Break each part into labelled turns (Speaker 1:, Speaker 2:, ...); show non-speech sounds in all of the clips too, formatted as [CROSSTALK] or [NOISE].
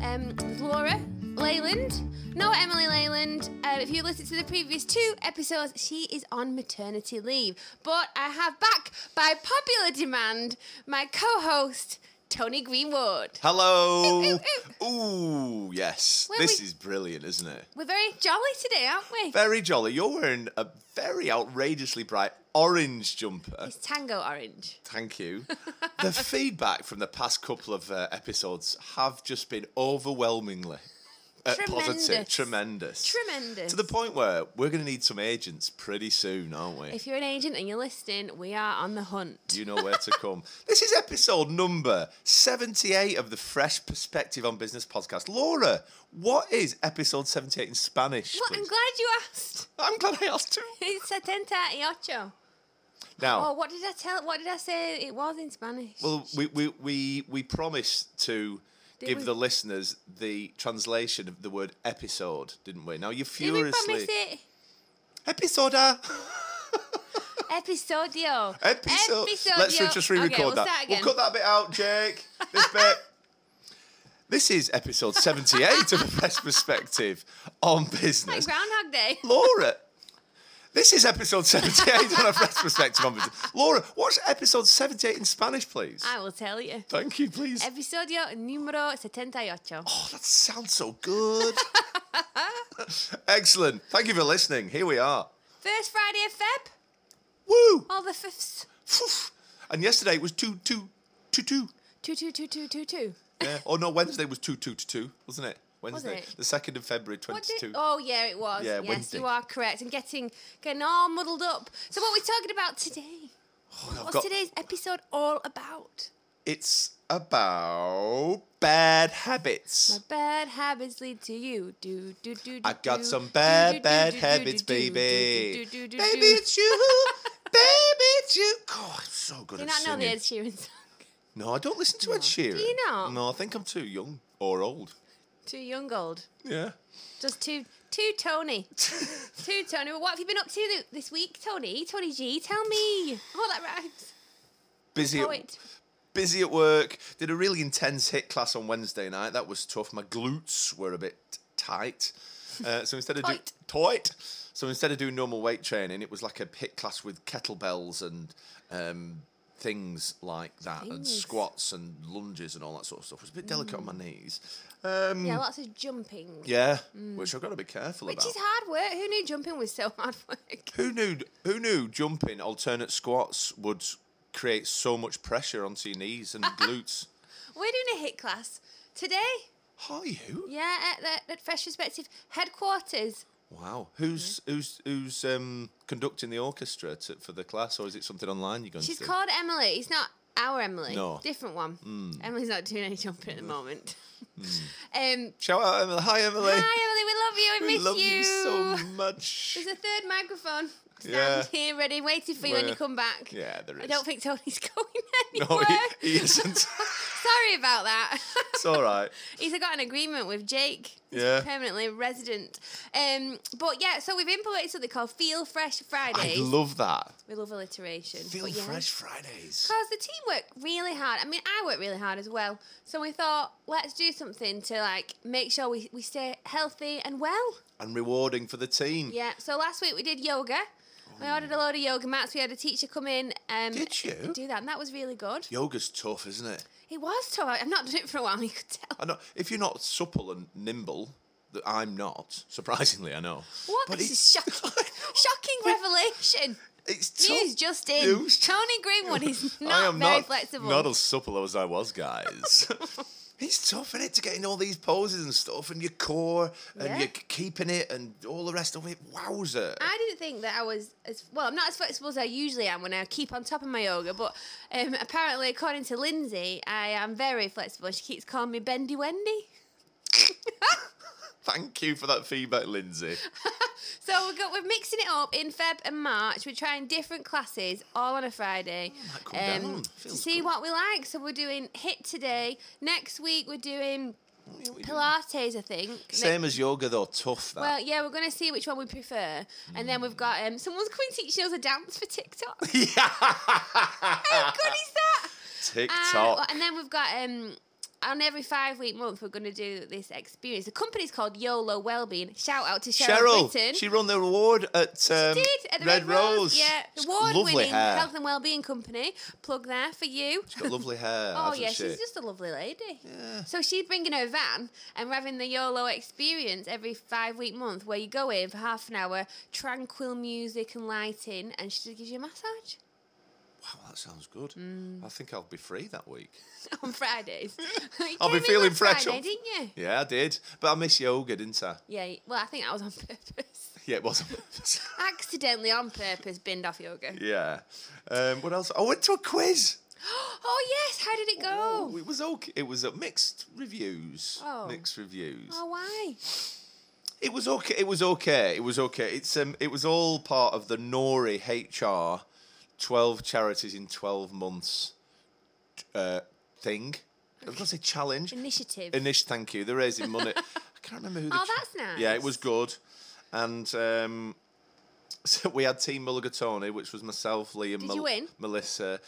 Speaker 1: Um, Leyland. Noah Emily Leyland. Um, if you listen to the previous two episodes, she is on maternity leave. But I have back, by popular demand, my co host, Tony Greenwood.
Speaker 2: Hello.
Speaker 1: [LAUGHS] Ooh,
Speaker 2: Ooh, yes.
Speaker 1: When
Speaker 2: this
Speaker 1: we-
Speaker 2: is brilliant, isn't it?
Speaker 1: We're very jolly today, aren't we?
Speaker 2: Very jolly. You're wearing a very outrageously bright orange jumper.
Speaker 1: It's tango orange.
Speaker 2: Thank
Speaker 1: [LAUGHS]
Speaker 2: you. the feedback from the past couple of uh, episodes have just been overwhelmingly uh, positive,
Speaker 1: Tremendous.
Speaker 2: tremendous.
Speaker 1: Tremendous.
Speaker 2: to the point where we're going to need some agents pretty soon, aren't we?
Speaker 1: if you're an agent and you're listening, we are on the hunt.
Speaker 2: You know where to come. [LAUGHS] this is episode number 78 of the Fresh Perspective on Business podcast. Laura, what is episode 78 in Spanish?
Speaker 1: Well, I'm
Speaker 2: please?
Speaker 1: glad you asked. [LAUGHS]
Speaker 2: I'm glad I asked too.
Speaker 1: It's setenta y ocho. Oh,
Speaker 2: Now,
Speaker 1: what did I tell? What did I say it was in Spanish?
Speaker 2: well, we, we, we, we promised
Speaker 1: Oh.
Speaker 2: to
Speaker 1: Did
Speaker 2: give
Speaker 1: we?
Speaker 2: the listeners the translation of the word episode, didn't we? Now, you
Speaker 1: did we promise
Speaker 2: furiously. [LAUGHS]
Speaker 1: it?
Speaker 2: Episoda!
Speaker 1: Episodio.
Speaker 2: Episode. Let's
Speaker 1: Episodio.
Speaker 2: just re record
Speaker 1: okay, we'll
Speaker 2: that.
Speaker 1: Start again.
Speaker 2: We'll cut that bit out, Jake. This
Speaker 1: [LAUGHS]
Speaker 2: bit. This is episode 78 of Fresh Perspective on
Speaker 1: Like
Speaker 2: Business.
Speaker 1: Groundhog Day.
Speaker 2: Laura, this is episode 78 on a Fresh Perspective on Business. Laura, what's episode 78 in Spanish, please?
Speaker 1: I will tell you.
Speaker 2: Thank you, please.
Speaker 1: Episodio número 78.
Speaker 2: Oh, that sounds so good.
Speaker 1: [LAUGHS]
Speaker 2: Excellent. Thank you for listening. Here we are.
Speaker 1: First Friday of Feb.
Speaker 2: Woo!
Speaker 1: [LAUGHS] All the fifths.
Speaker 2: Phew. And yesterday was two, two, two, two.
Speaker 1: Two, two, two, two, two, two.
Speaker 2: Yeah. Oh no, Wednesday was two two to two, wasn't it? Wednesday,
Speaker 1: it?
Speaker 2: the second of February,
Speaker 1: What
Speaker 2: twenty
Speaker 1: did-
Speaker 2: two.
Speaker 1: oh yeah, it was.
Speaker 2: Yeah,
Speaker 1: yes,
Speaker 2: Wednesday.
Speaker 1: you are correct. I'm getting getting all muddled up. So what are we talking about today? What's
Speaker 2: Oh, got-
Speaker 1: today's episode all about?
Speaker 2: It's about bad habits.
Speaker 1: Bad habits lead to you. Do do do.
Speaker 2: I got some bad bad habits, baby. Baby, it's you.
Speaker 1: [LAUGHS]
Speaker 2: Baby, it's you. God, I'm so good
Speaker 1: Do you
Speaker 2: at
Speaker 1: not know
Speaker 2: singing.
Speaker 1: the Ed Sheeran song?
Speaker 2: No, I don't listen to Ed Sheeran.
Speaker 1: you not?
Speaker 2: No, I think I'm too young or old.
Speaker 1: [LAUGHS] Too young, old.
Speaker 2: Yeah.
Speaker 1: Just too too
Speaker 2: [LAUGHS]
Speaker 1: Tony. too Tony. What have you been up to th- this week, Tony? Tony G, tell me. Oh, that rhymes.
Speaker 2: Busy.
Speaker 1: Oh
Speaker 2: at-
Speaker 1: wait.
Speaker 2: busy at work. Did a really intense hit class on Wednesday night. That was tough. My glutes were a bit tight. Uh, so instead of doing
Speaker 1: Tight.
Speaker 2: tight, so instead of doing normal weight training, it was like a hit class with kettlebells and um, things like that, and
Speaker 1: Things. Mm.
Speaker 2: squats and lunges and all that sort of stuff. It was a bit delicate on my knees. Um,
Speaker 1: Yeah, lots of jumping.
Speaker 2: yeah, which I've got to be careful
Speaker 1: Which
Speaker 2: about.
Speaker 1: is hard work. Who knew jumping was so [LAUGHS] hard work?
Speaker 2: Who knew? Who knew jumping alternate squats would create so much pressure onto your
Speaker 1: [LAUGHS]
Speaker 2: knees and glutes?
Speaker 1: We're doing a hit class today.
Speaker 2: Hi, you.
Speaker 1: Yeah, at, the, at Fresh Perspective headquarters.
Speaker 2: Wow, who's who's who's um, conducting the orchestra to, for the class, or is it something online you're going
Speaker 1: She's
Speaker 2: to? do?
Speaker 1: called Emily. It's not our Emily.
Speaker 2: No. Mm.
Speaker 1: Different one. Emily's not doing any jumping at the moment. [LAUGHS] um,
Speaker 2: Shout out, Emily. Hi, Emily.
Speaker 1: hi, Emily. We love you. We,
Speaker 2: we
Speaker 1: miss
Speaker 2: love you,
Speaker 1: you.
Speaker 2: so much.
Speaker 1: There's a third microphone. Stand
Speaker 2: Yeah.
Speaker 1: here ready, waiting for you when
Speaker 2: Well,
Speaker 1: you come back.
Speaker 2: Yeah, there is.
Speaker 1: I don't think Tony's [LAUGHS] going
Speaker 2: [LAUGHS] no,
Speaker 1: anywhere.
Speaker 2: he, he isn't.
Speaker 1: Sorry about that.
Speaker 2: [LAUGHS] it's all right.
Speaker 1: [LAUGHS] He's got an agreement with Jake. He's
Speaker 2: Yeah.
Speaker 1: Permanently resident. Um, but yeah, so we've implemented something called Feel Fresh
Speaker 2: I
Speaker 1: Fridays.
Speaker 2: love that.
Speaker 1: we love alliteration.
Speaker 2: Feel
Speaker 1: but yeah.
Speaker 2: Fresh Fridays.
Speaker 1: Because the team worked really hard. I mean, I worked really hard as well. So we thought, let's do something to like make sure we, we stay healthy and well.
Speaker 2: And rewarding for the team.
Speaker 1: Yeah. So last week we did yoga. We ordered a load of yoga mats. We had a teacher come in. Um,
Speaker 2: Oh. Did you?
Speaker 1: and Do that, and that was really good.
Speaker 2: Yoga's tough, isn't it?
Speaker 1: It was tough. I've not done it for a while. [LAUGHS] You could tell.
Speaker 2: I know. If you're not supple and nimble, that I'm not. Surprisingly, I know.
Speaker 1: What?
Speaker 2: But
Speaker 1: this
Speaker 2: it's-
Speaker 1: is
Speaker 2: [LAUGHS]
Speaker 1: shocking. shocking revelation.
Speaker 2: It's tough.
Speaker 1: News just in.
Speaker 2: News.
Speaker 1: Tony Greenwood is not
Speaker 2: I am
Speaker 1: very
Speaker 2: not,
Speaker 1: flexible.
Speaker 2: Not as supple as I was, guys. [LAUGHS] it's tough, is it, to get in all these poses and stuff, and your core, and
Speaker 1: Yeah.
Speaker 2: you're k- keeping it, and all the rest of it. Wowzer!
Speaker 1: I didn't think that I was as well. I'm not as flexible as I usually am when I keep on top of my yoga, but um, apparently, according to Lindsay, I am very flexible. She keeps calling me Bendy Wendy.
Speaker 2: Thank you for that feedback, Lindsay.
Speaker 1: So we got we're mixing it up in Feb and March. We're trying different classes all on a Friday. um,
Speaker 2: might come Oh, down.
Speaker 1: to
Speaker 2: Feels
Speaker 1: see
Speaker 2: good.
Speaker 1: what we like. So we're doing hit today. Next week we're doing Pilates, I think. Ne-
Speaker 2: Same as yoga, though. Tough that. [LAUGHS]
Speaker 1: well, yeah, we're gonna see which one we prefer, and then we've got um, someone's coming to teach us a dance for
Speaker 2: [LAUGHS]
Speaker 1: TikTok. How
Speaker 2: yeah.
Speaker 1: [LAUGHS] good is that?
Speaker 2: TikTok.
Speaker 1: Uh, well, and then we've got um, on every five week month, we're going to do this experience. The company's called YOLO Wellbeing. Shout out to Cheryl,
Speaker 2: Cheryl,
Speaker 1: Britton.
Speaker 2: she won the award at, um,
Speaker 1: Did at the
Speaker 2: Red, Rose.
Speaker 1: Yeah,
Speaker 2: She's got
Speaker 1: award
Speaker 2: lovely
Speaker 1: winning
Speaker 2: hair.
Speaker 1: Health and Wellbeing Company. Plug there for you.
Speaker 2: She's got lovely hair.
Speaker 1: Oh
Speaker 2: hasn't
Speaker 1: yeah,
Speaker 2: she?
Speaker 1: she's just a lovely lady. So she's bringing her van, and we're having the YOLO experience every five week month, where you go in for half an hour, tranquil music and lighting, and she just gives you a massage [LAUGHS]
Speaker 2: Wow, that sounds good.
Speaker 1: Mm.
Speaker 2: I think I'll be free that week.
Speaker 1: on
Speaker 2: [LAUGHS]
Speaker 1: Fridays. You
Speaker 2: I'll be
Speaker 1: came in
Speaker 2: feeling
Speaker 1: last
Speaker 2: fresh
Speaker 1: Friday,
Speaker 2: up.
Speaker 1: didn't you?
Speaker 2: Yeah, I did. But I miss yoga, didn't I? [LAUGHS]
Speaker 1: Yeah. Well, I think that was on [LAUGHS] purpose.
Speaker 2: Yeah, it was.
Speaker 1: Accidentally on purpose, binned off yoga.
Speaker 2: [LAUGHS]
Speaker 1: [GASPS]
Speaker 2: yeah. Um, what else? I went to a quiz.
Speaker 1: Oh yes, how did it go?
Speaker 2: Ooh, it was okay. It was uh, mixed reviews.
Speaker 1: Oh.
Speaker 2: Mixed reviews.
Speaker 1: Oh why?
Speaker 2: It was okay. It was okay. It was okay. It's um. It was all part of the Nori HR, twelve charities in twelve months, uh, thing. I was gonna say challenge.
Speaker 1: Initiative.
Speaker 2: Inish, thank you. They're
Speaker 1: [LAUGHS]
Speaker 2: raising money. I can't remember who. the
Speaker 1: Oh,
Speaker 2: cha-
Speaker 1: that's nice.
Speaker 2: Yeah, it was good, and um, [LAUGHS] so we had Team Mulligatawny, which was myself, Liam,
Speaker 1: Did you win?
Speaker 2: Melissa.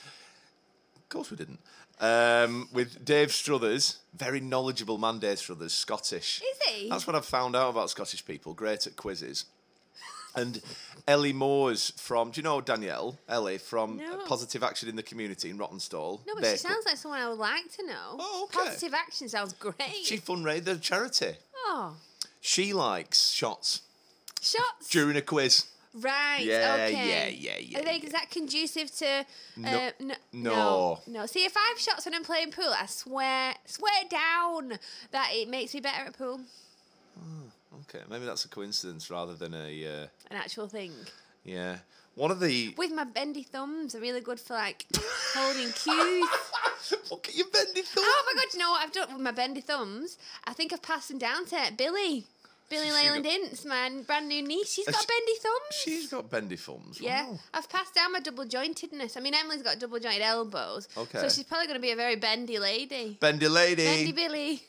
Speaker 2: Of course, we didn't. Um, with Dave Struthers, very knowledgeable man, Dave Struthers, Scottish.
Speaker 1: Is he?
Speaker 2: That's what I've found out about Scottish people. Great at quizzes. And Ellie Moores from, do you know Danielle? Ellie from uh,
Speaker 1: No.
Speaker 2: Positive Action in the Community in Rottenstall.
Speaker 1: no, but she
Speaker 2: Baker-
Speaker 1: sounds like someone I would like to know.
Speaker 2: Oh, okay.
Speaker 1: Positive action sounds great.
Speaker 2: She fundraised the charity.
Speaker 1: oh,
Speaker 2: She likes shots
Speaker 1: shots.
Speaker 2: during a quiz.
Speaker 1: Right.
Speaker 2: Yeah,
Speaker 1: okay.
Speaker 2: yeah, yeah,
Speaker 1: Are they,
Speaker 2: yeah,
Speaker 1: Is that conducive to? Uh,
Speaker 2: No-
Speaker 1: n-
Speaker 2: no.
Speaker 1: no. no. See, if I've shots when I'm playing pool, I swear, swear down that it makes me better at pool.
Speaker 2: Okay, maybe that's a coincidence rather than a uh,
Speaker 1: An actual thing.
Speaker 2: yeah. One
Speaker 1: [LAUGHS]
Speaker 2: of the
Speaker 1: With my bendy thumbs, are really good for
Speaker 2: [LAUGHS]
Speaker 1: like holding cues.
Speaker 2: look at your bendy thumb.
Speaker 1: Oh my god! Do you know what I've done with my bendy thumbs? I think I've passed them down to Billy. Billy
Speaker 2: She's
Speaker 1: Leyland
Speaker 2: got- Uh,
Speaker 1: Ince, my brand new niece. She's got
Speaker 2: she-
Speaker 1: bendy thumbs.
Speaker 2: She's got bendy thumbs.
Speaker 1: Yeah,
Speaker 2: Wow.
Speaker 1: I've passed down my double jointedness. I mean, Emily's got double jointed elbows.
Speaker 2: Okay.
Speaker 1: So she's probably going to be a very bendy lady.
Speaker 2: Bendy lady.
Speaker 1: Bendy Billy.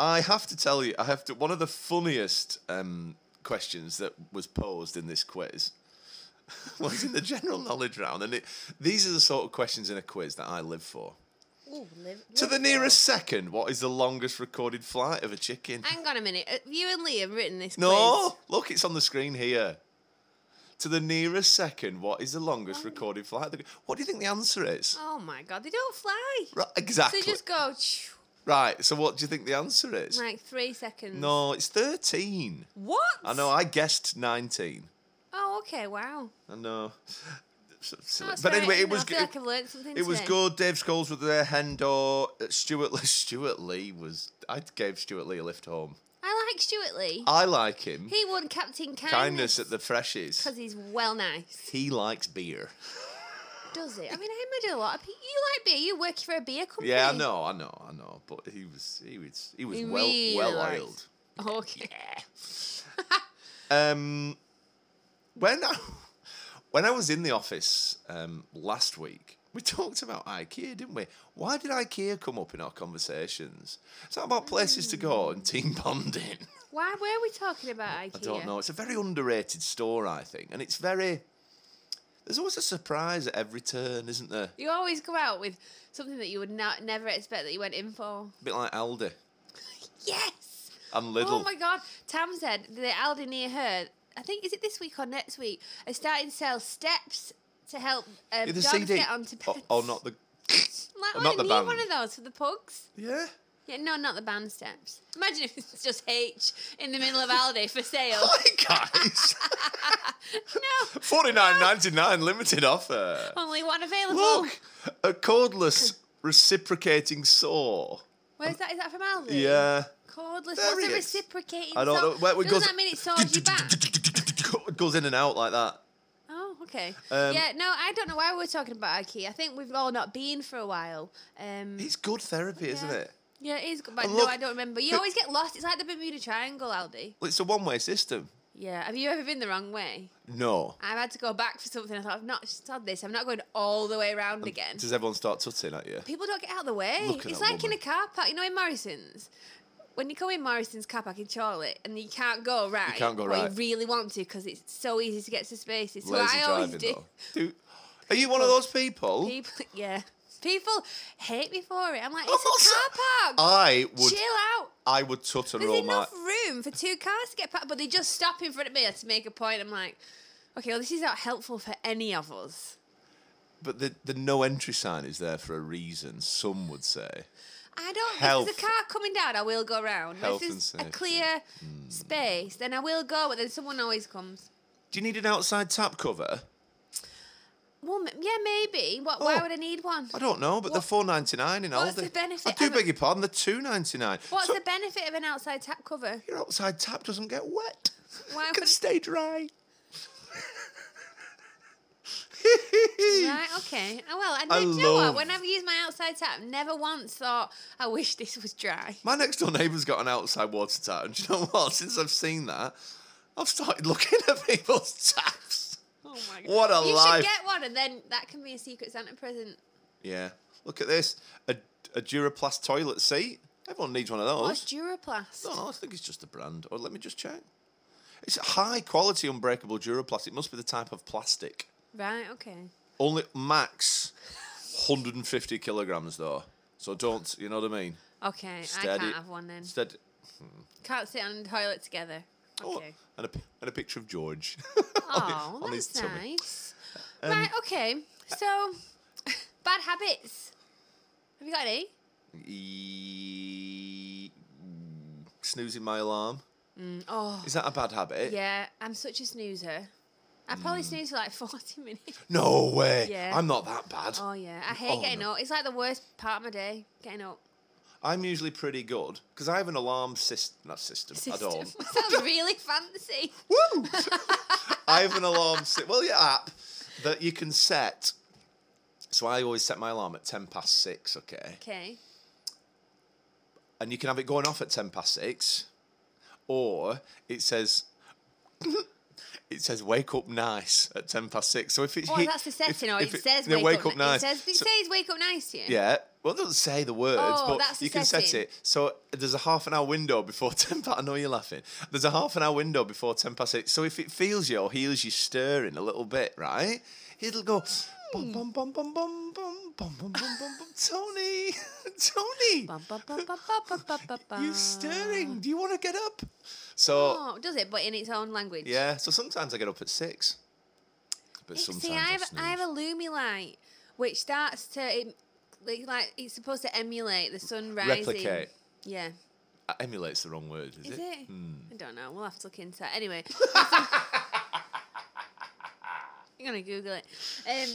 Speaker 2: I have to tell you, I have to. One of the funniest um, questions that was posed in this quiz [LAUGHS] was in the general knowledge round, and it, these are the sort of questions in a quiz that I live for.
Speaker 1: Ooh, live,
Speaker 2: To the nearest second, what is the longest recorded flight of a chicken?
Speaker 1: Hang on a minute. Have you and Liam written this
Speaker 2: No,
Speaker 1: quiz?
Speaker 2: look, it's on the screen here. To the nearest second, what is the longest recorded flight? What do you think the answer is?
Speaker 1: Oh my god, they don't fly.
Speaker 2: Right, exactly.
Speaker 1: They just go shoo,
Speaker 2: Right. So, what do you think the answer is?
Speaker 1: like three seconds.
Speaker 2: No, it's thirteen.
Speaker 1: What?
Speaker 2: I know. I guessed nineteen.
Speaker 1: Oh, okay. Wow.
Speaker 2: I know. So silly.
Speaker 1: That's
Speaker 2: But
Speaker 1: fair
Speaker 2: anyway, it
Speaker 1: enough.
Speaker 2: was
Speaker 1: I feel
Speaker 2: good.
Speaker 1: like I've learned something.
Speaker 2: It was
Speaker 1: today.
Speaker 2: good. Dave Scholes was there. Hendo, uh, Stuart Lee. [LAUGHS] Stuart Lee was. I gave Stuart Lee a lift home.
Speaker 1: I like Stuart Lee.
Speaker 2: I like him.
Speaker 1: He won Captain
Speaker 2: Kindness,
Speaker 1: Kindness
Speaker 2: at the Freshies.
Speaker 1: because he's well nice.
Speaker 2: He likes beer.
Speaker 1: Does he? I mean, I imagine a lot of people. You like beer. You work for a beer company.
Speaker 2: Yeah, I know, I know, I know. But he was, he was, he was
Speaker 1: He
Speaker 2: well,
Speaker 1: really
Speaker 2: well
Speaker 1: likes-
Speaker 2: oiled.
Speaker 1: Okay.
Speaker 2: Um, when I, [LAUGHS] when I was in the office um, last week, we [LAUGHS] talked about IKEA, didn't we? Why did IKEA come up in our conversations? It's not about places to
Speaker 1: Mm.
Speaker 2: go and team bonding. [LAUGHS]
Speaker 1: Why were we talking about IKEA?
Speaker 2: I don't know. It's a very underrated store, I think, and it's very. There's always a surprise at every turn, isn't there?
Speaker 1: You always go out with something that you would not never expect that you went in for.
Speaker 2: A bit like Aldi
Speaker 1: Yes.
Speaker 2: and Lidl.
Speaker 1: Oh my god. Tam said the Aldi near her. I think is it this week or next week? Are starting to sell steps to help um,
Speaker 2: Yeah, the
Speaker 1: dogs
Speaker 2: CD.
Speaker 1: get onto
Speaker 2: Oh,
Speaker 1: beds.
Speaker 2: oh, not the.
Speaker 1: Like,
Speaker 2: not
Speaker 1: I
Speaker 2: the
Speaker 1: need
Speaker 2: band.
Speaker 1: one of those for the pugs.
Speaker 2: Yeah. [LAUGHS]
Speaker 1: Yeah, no, not the band steps. Imagine if it's just H in the middle of Aldi for
Speaker 2: [LAUGHS]
Speaker 1: sale. [LAUGHS]
Speaker 2: Hi guys.
Speaker 1: no,
Speaker 2: Forty nine ninety nine limited offer.
Speaker 1: only one available.
Speaker 2: Look, a cordless reciprocating saw.
Speaker 1: Where's that? Is that from Aldi?
Speaker 2: Yeah.
Speaker 1: Cordless.
Speaker 2: There
Speaker 1: What's
Speaker 2: it
Speaker 1: a
Speaker 2: is.
Speaker 1: reciprocating?
Speaker 2: I don't
Speaker 1: saw?
Speaker 2: know. Well, it
Speaker 1: Doesn't
Speaker 2: goes-
Speaker 1: that
Speaker 2: [LAUGHS]
Speaker 1: mean it saws you back?
Speaker 2: It goes in and out like that.
Speaker 1: Oh, okay.
Speaker 2: Um,
Speaker 1: yeah, no, I don't know why we're talking about IKEA. I think we've all not been for a while. Um,
Speaker 2: It's good therapy, isn't
Speaker 1: Yeah.
Speaker 2: it?
Speaker 1: yeah, it is good, but
Speaker 2: And
Speaker 1: no,
Speaker 2: look-
Speaker 1: I don't remember.
Speaker 2: [LAUGHS]
Speaker 1: You always get lost. It's like the Bermuda Triangle, Aldi.
Speaker 2: Well, It's a one way system.
Speaker 1: Yeah. Have you ever been the wrong way?
Speaker 2: No.
Speaker 1: I've had to go back for something. I thought I've not started this. I'm not going all the way around again.
Speaker 2: Does everyone start tutting at you?
Speaker 1: People don't get out of the way.
Speaker 2: Look at
Speaker 1: It's
Speaker 2: that
Speaker 1: like in
Speaker 2: woman.
Speaker 1: a car park. You know, in Morrison's, when you go in Morrison's car park in Charlotte and you can't go right,
Speaker 2: can't go
Speaker 1: or
Speaker 2: right.
Speaker 1: you really want to because it's so easy to get to spaces. So
Speaker 2: Lazy
Speaker 1: I always
Speaker 2: driving,
Speaker 1: do.
Speaker 2: though. Do- Are you one of those people?
Speaker 1: People, [LAUGHS] yeah. People hate me for it. I'm like, it's
Speaker 2: Also,
Speaker 1: a car park.
Speaker 2: I would,
Speaker 1: Chill out.
Speaker 2: I would tutter
Speaker 1: There's
Speaker 2: all my.
Speaker 1: enough room for two cars to get past, but they just stop in front of me to make a point. I'm like, okay, well, this is not helpful for any of us.
Speaker 2: But the the no entry sign is there for a reason. Some would say.
Speaker 1: I don't. If
Speaker 2: Health.
Speaker 1: there's a car coming down, I will go round.
Speaker 2: Health
Speaker 1: if
Speaker 2: and
Speaker 1: there's
Speaker 2: safety. Hmm.
Speaker 1: a clear space, then I will go, but then someone always comes.
Speaker 2: Do you need an outside tap cover?
Speaker 1: Well, m- yeah, maybe. What, Why
Speaker 2: Oh.
Speaker 1: would I need one?
Speaker 2: I don't know, but they're
Speaker 1: What-
Speaker 2: four ninety nine in
Speaker 1: what's
Speaker 2: Aldi.
Speaker 1: the benefit
Speaker 2: I do
Speaker 1: of a-
Speaker 2: beg your pardon. They're two ninety nine.
Speaker 1: What's
Speaker 2: so
Speaker 1: the benefit of an outside tap cover?
Speaker 2: your outside tap doesn't get wet.
Speaker 1: Why
Speaker 2: it
Speaker 1: [LAUGHS]
Speaker 2: can
Speaker 1: would-
Speaker 2: stay dry.
Speaker 1: right, okay. Oh, well, and
Speaker 2: I
Speaker 1: then, do you know
Speaker 2: love-
Speaker 1: what? When I've used my outside tap, never once thought, I wish this was dry.
Speaker 2: [LAUGHS] My next door neighbour's got an outside water tap, and do you know what? Since I've seen that, I've started looking at people's [LAUGHS] taps.
Speaker 1: Oh my god.
Speaker 2: What a
Speaker 1: you
Speaker 2: life!
Speaker 1: should get one, and then that can be a Secret Santa present.
Speaker 2: Yeah. Look at this. A, a Duraplast toilet seat. Everyone needs one of
Speaker 1: What's
Speaker 2: those.
Speaker 1: Duraplast?
Speaker 2: No, I think it's just a brand. Or let me just check. It's a high quality unbreakable Duraplast. It must be the type of plastic.
Speaker 1: Right, okay.
Speaker 2: Only max 150 kilograms though. So don't, you know what I mean?
Speaker 1: Okay, I
Speaker 2: Steady-
Speaker 1: can't have one then.
Speaker 2: Instead,
Speaker 1: Can't sit on the toilet together.
Speaker 2: oh,
Speaker 1: Okay.
Speaker 2: and a, pi- and a picture of George. [LAUGHS]
Speaker 1: Oh,
Speaker 2: on his
Speaker 1: that's
Speaker 2: tummy.
Speaker 1: nice. right, okay. So, [LAUGHS] bad habits. Have you got any?
Speaker 2: E- Snoozing my alarm.
Speaker 1: Oh,
Speaker 2: Is that a bad habit?
Speaker 1: yeah. I'm such a snoozer. I probably snooze for like [LAUGHS] 40 minutes.
Speaker 2: No way.
Speaker 1: Yeah.
Speaker 2: I'm not that bad.
Speaker 1: Oh, yeah. I hate
Speaker 2: Oh,
Speaker 1: getting
Speaker 2: no.
Speaker 1: up. It's like the worst part of my day, getting [LAUGHS] up.
Speaker 2: I'm usually pretty good because I have an alarm system. Not system,
Speaker 1: System.
Speaker 2: at
Speaker 1: [LAUGHS]
Speaker 2: all.
Speaker 1: Sounds really fancy.
Speaker 2: [LAUGHS] Woo! [LAUGHS] I have an alarm system. Well, yeah, app that you can set. So I always set my alarm at ten past six. Okay,
Speaker 1: Okay.
Speaker 2: and you can have it going off at ten past six, or it says. [LAUGHS] It says wake up nice at ten past six. So if it's
Speaker 1: Oh,
Speaker 2: hit-
Speaker 1: that's the
Speaker 2: if-
Speaker 1: setting, or it
Speaker 2: if
Speaker 1: says
Speaker 2: no,
Speaker 1: wake,
Speaker 2: wake
Speaker 1: up, nice. It says, it
Speaker 2: So-
Speaker 1: says wake up nice to you.
Speaker 2: Yeah. Well, it doesn't say the words,
Speaker 1: Oh,
Speaker 2: but
Speaker 1: that's the
Speaker 2: you can set
Speaker 1: setting.
Speaker 2: it. So there's a half an hour window before [LAUGHS] 10 past. I know you're laughing. There's a half an hour window before 10 past 8. So if it feels you or hears you stirring a little bit, right? It'll go. Bum, bum, bum, bum, bum, bum, bum, bum, bum, bum, bum. Tony! [LAUGHS] Tony!
Speaker 1: Bum, bum, bum, bum, bum, bum, bum, bum, [LAUGHS] bum.
Speaker 2: You stirring. Do you want to get up? So,
Speaker 1: Uh. Oh, does it? But in its own language.
Speaker 2: yeah. So sometimes I get up at 6. But sometimes
Speaker 1: See, I
Speaker 2: I,
Speaker 1: have, I have
Speaker 2: snooze.
Speaker 1: a Lumi light, which starts to it, like, like it's supposed to emulate the sun rising.
Speaker 2: Replicate.
Speaker 1: Yeah.
Speaker 2: Uh, Emulate's the wrong word, is,
Speaker 1: Is
Speaker 2: it? Hmm.
Speaker 1: it? I don't know. We'll have to look into that.
Speaker 2: [LAUGHS]
Speaker 1: Anyway. I'm gonna Google it. Um,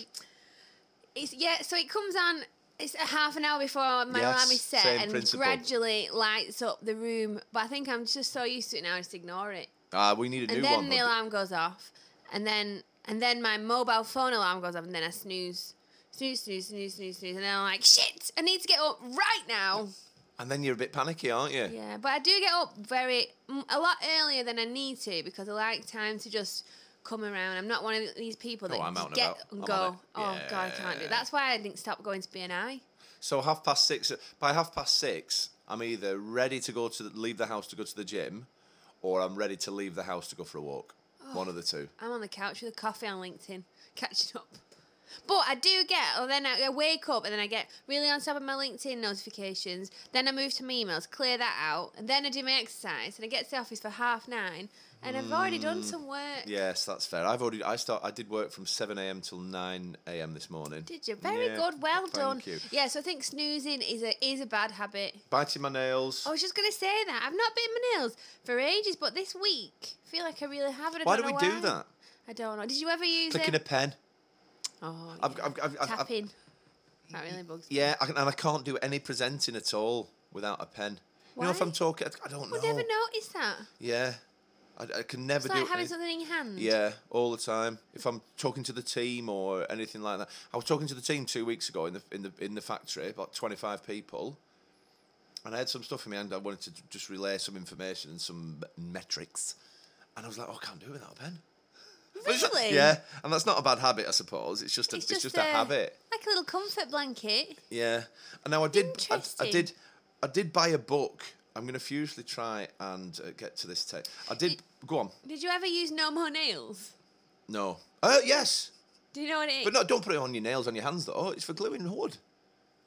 Speaker 1: it's yeah. So it comes on. It's a half an hour before my alarm
Speaker 2: Yes,
Speaker 1: is set,
Speaker 2: same
Speaker 1: and
Speaker 2: principle.
Speaker 1: gradually lights up the room. But I think I'm just so used to it now, I just ignore it.
Speaker 2: Ah, we need a new
Speaker 1: And then
Speaker 2: one.
Speaker 1: the
Speaker 2: though.
Speaker 1: alarm goes off, and then and then my mobile phone alarm goes off, and then I snooze, snooze, snooze, snooze, snooze, snooze, and then I'm like, shit, I need to get up right
Speaker 2: [LAUGHS]
Speaker 1: now.
Speaker 2: And then you're a bit panicky, aren't you?
Speaker 1: Yeah, but I do get up very mm, a lot earlier than I need to because I like time to just come around. I'm not one of these people that
Speaker 2: Oh, I'm
Speaker 1: just
Speaker 2: out and
Speaker 1: get
Speaker 2: about.
Speaker 1: and
Speaker 2: I'm
Speaker 1: go.
Speaker 2: on it.
Speaker 1: Oh god, I can't do.
Speaker 2: Yeah.
Speaker 1: It. That's why I didn't stop going to BNI.
Speaker 2: So half past six. By half past six, I'm either ready to go to the, leave the house to go to the gym, or I'm ready to leave the house to go for a walk.
Speaker 1: Oh.
Speaker 2: One of the two.
Speaker 1: I'm on the couch with a coffee on LinkedIn, [LAUGHS] catching up. But I do get, or then I I wake up and then I get really on top of my LinkedIn notifications. Then I move to my emails, clear that out, and then I do my exercise. And I get to the office for half nine, and I've already
Speaker 2: Mm.
Speaker 1: done some work.
Speaker 2: Yes, that's fair. I've already. I start. I did work from seven a.m. till nine a.m. this morning.
Speaker 1: Did you? Very
Speaker 2: Yeah,
Speaker 1: good. Well
Speaker 2: thank
Speaker 1: done.
Speaker 2: you.
Speaker 1: Yeah, so I think snoozing is a is a bad habit.
Speaker 2: Biting my nails.
Speaker 1: I was just gonna say that. I've not bitten my nails for ages, but this week I feel like I really have. And I
Speaker 2: why do
Speaker 1: don't
Speaker 2: we
Speaker 1: know
Speaker 2: do that?
Speaker 1: I don't know. Did you ever use
Speaker 2: Clicking a
Speaker 1: it?
Speaker 2: pen.
Speaker 1: oh,
Speaker 2: I've,
Speaker 1: yeah.
Speaker 2: I've, I've, I've, I've,
Speaker 1: tapping. that really bugs me.
Speaker 2: yeah, I can, and I can't do any presenting at all without a pen. You know, if
Speaker 1: Why?
Speaker 2: I'm talking, I don't know.
Speaker 1: Would you ever notice that?
Speaker 2: Yeah, I, I can never
Speaker 1: It's
Speaker 2: do.
Speaker 1: like having
Speaker 2: any-
Speaker 1: something in your hand.
Speaker 2: Yeah, all the time. If I'm talking to the team or anything like that, I was talking to the team two weeks ago in the in the in the factory, about twenty five people, and I had some stuff in my hand. I wanted to j- just relay some information and some metrics, and I was like, oh, I can't do it without a pen. But it's-
Speaker 1: Really?
Speaker 2: Yeah, and that's not a bad habit, I suppose. It's just a, it's, just, a, habit.
Speaker 1: Like a little comfort blanket.
Speaker 2: Yeah, and now I did, I, I
Speaker 1: Interesting.
Speaker 2: did, I did buy a book. I'm going to furiously try and uh, get to this tape. I did. go on.
Speaker 1: Did you ever use no more nails?
Speaker 2: No. Uh, yes.
Speaker 1: Do you know what it is?
Speaker 2: But no, don't put it on your nails, on your hands though. It's for gluing wood.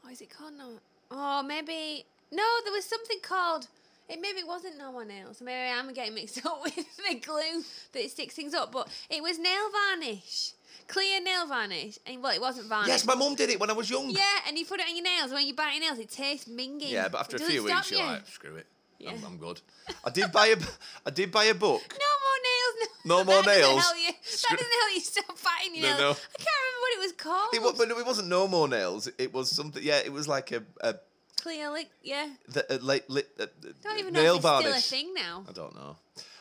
Speaker 1: What is it called? No. Oh, maybe. No, there was something called. It maybe it wasn't no one else. Maybe I'm getting mixed [LAUGHS] up with the glue that sticks things up. But it was nail varnish, clear nail varnish, and well, it wasn't varnish.
Speaker 2: Yes, my mum did it when I was young.
Speaker 1: Yeah, and you put it on your nails. When you bite your nails, it tastes mingy.
Speaker 2: Yeah, but after
Speaker 1: It
Speaker 2: a
Speaker 1: doesn't
Speaker 2: few
Speaker 1: stop
Speaker 2: weeks, you're
Speaker 1: you.
Speaker 2: like, screw it. I'm,
Speaker 1: Yeah.
Speaker 2: I'm good. I did buy a, [LAUGHS] I did buy a book.
Speaker 1: No more nails. No,
Speaker 2: No
Speaker 1: [LAUGHS]
Speaker 2: more
Speaker 1: that
Speaker 2: nails.
Speaker 1: Doesn't help you. That
Speaker 2: Screw-
Speaker 1: doesn't help you stop biting your nails.
Speaker 2: No, no.
Speaker 1: I can't remember what it was called.
Speaker 2: It was, but it wasn't no more nails. It was something. Yeah, it was like a a,
Speaker 1: clear, like yeah.
Speaker 2: the- a, late lit a,
Speaker 1: Don't even know
Speaker 2: nail
Speaker 1: if it's
Speaker 2: varnish.
Speaker 1: still a thing now.
Speaker 2: I don't know.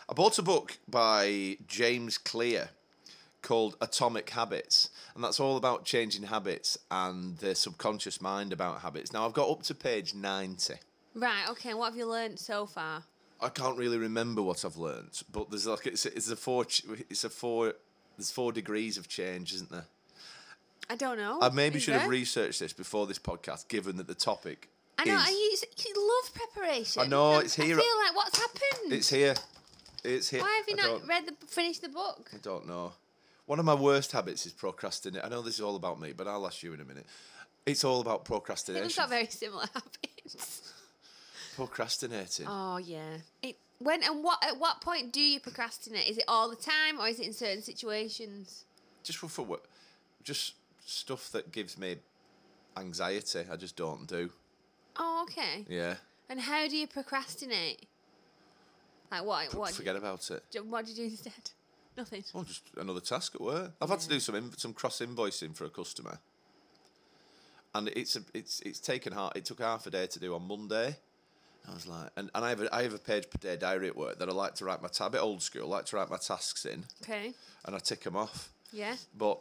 Speaker 2: I bought a book by James Clear called Atomic Habits, and that's all about changing habits and the subconscious mind about habits. Now I've got up to page ninety.
Speaker 1: Right. Okay. What have you learned so far?
Speaker 2: I can't really remember what I've learnt, but there's like it's, it's a four ch- it's a four there's four degrees of change, isn't there?
Speaker 1: I don't know.
Speaker 2: I maybe
Speaker 1: Is
Speaker 2: should have
Speaker 1: there?
Speaker 2: researched this before this podcast, given that the topic
Speaker 1: I know.
Speaker 2: is
Speaker 1: And you, you love preparation.
Speaker 2: I know,
Speaker 1: And
Speaker 2: it's here.
Speaker 1: I feel like what's happened.
Speaker 2: it's here, it's here.
Speaker 1: Why have you
Speaker 2: I
Speaker 1: not
Speaker 2: don't-
Speaker 1: read the finished the book?
Speaker 2: I don't know. One of my worst habits is procrastinate. I know this is all about me, but I'll ask you in a minute. It's all about procrastination.
Speaker 1: Everyone's got very similar [LAUGHS] habits.
Speaker 2: Procrastinating.
Speaker 1: Oh yeah. It when and what at what point do you procrastinate? Is it all the time or is it in certain situations?
Speaker 2: Just for, for what? Just stuff that gives me anxiety. I just don't do.
Speaker 1: Oh okay.
Speaker 2: Yeah.
Speaker 1: And how do you procrastinate? Like what?
Speaker 2: P-
Speaker 1: What? do you-
Speaker 2: forget about it.
Speaker 1: do- what do you do instead? [LAUGHS] Nothing.
Speaker 2: Well, just another task at work. I've had to do some inv- some cross invoicing for a customer, and it's a, it's it's taken half. It took half a day to do on Monday. I was like, and, and I have a, I have a page per day diary at work that I like to write my tab. A bit old school, I like to write my tasks in,
Speaker 1: Okay.
Speaker 2: and I tick them off.
Speaker 1: Yeah.
Speaker 2: But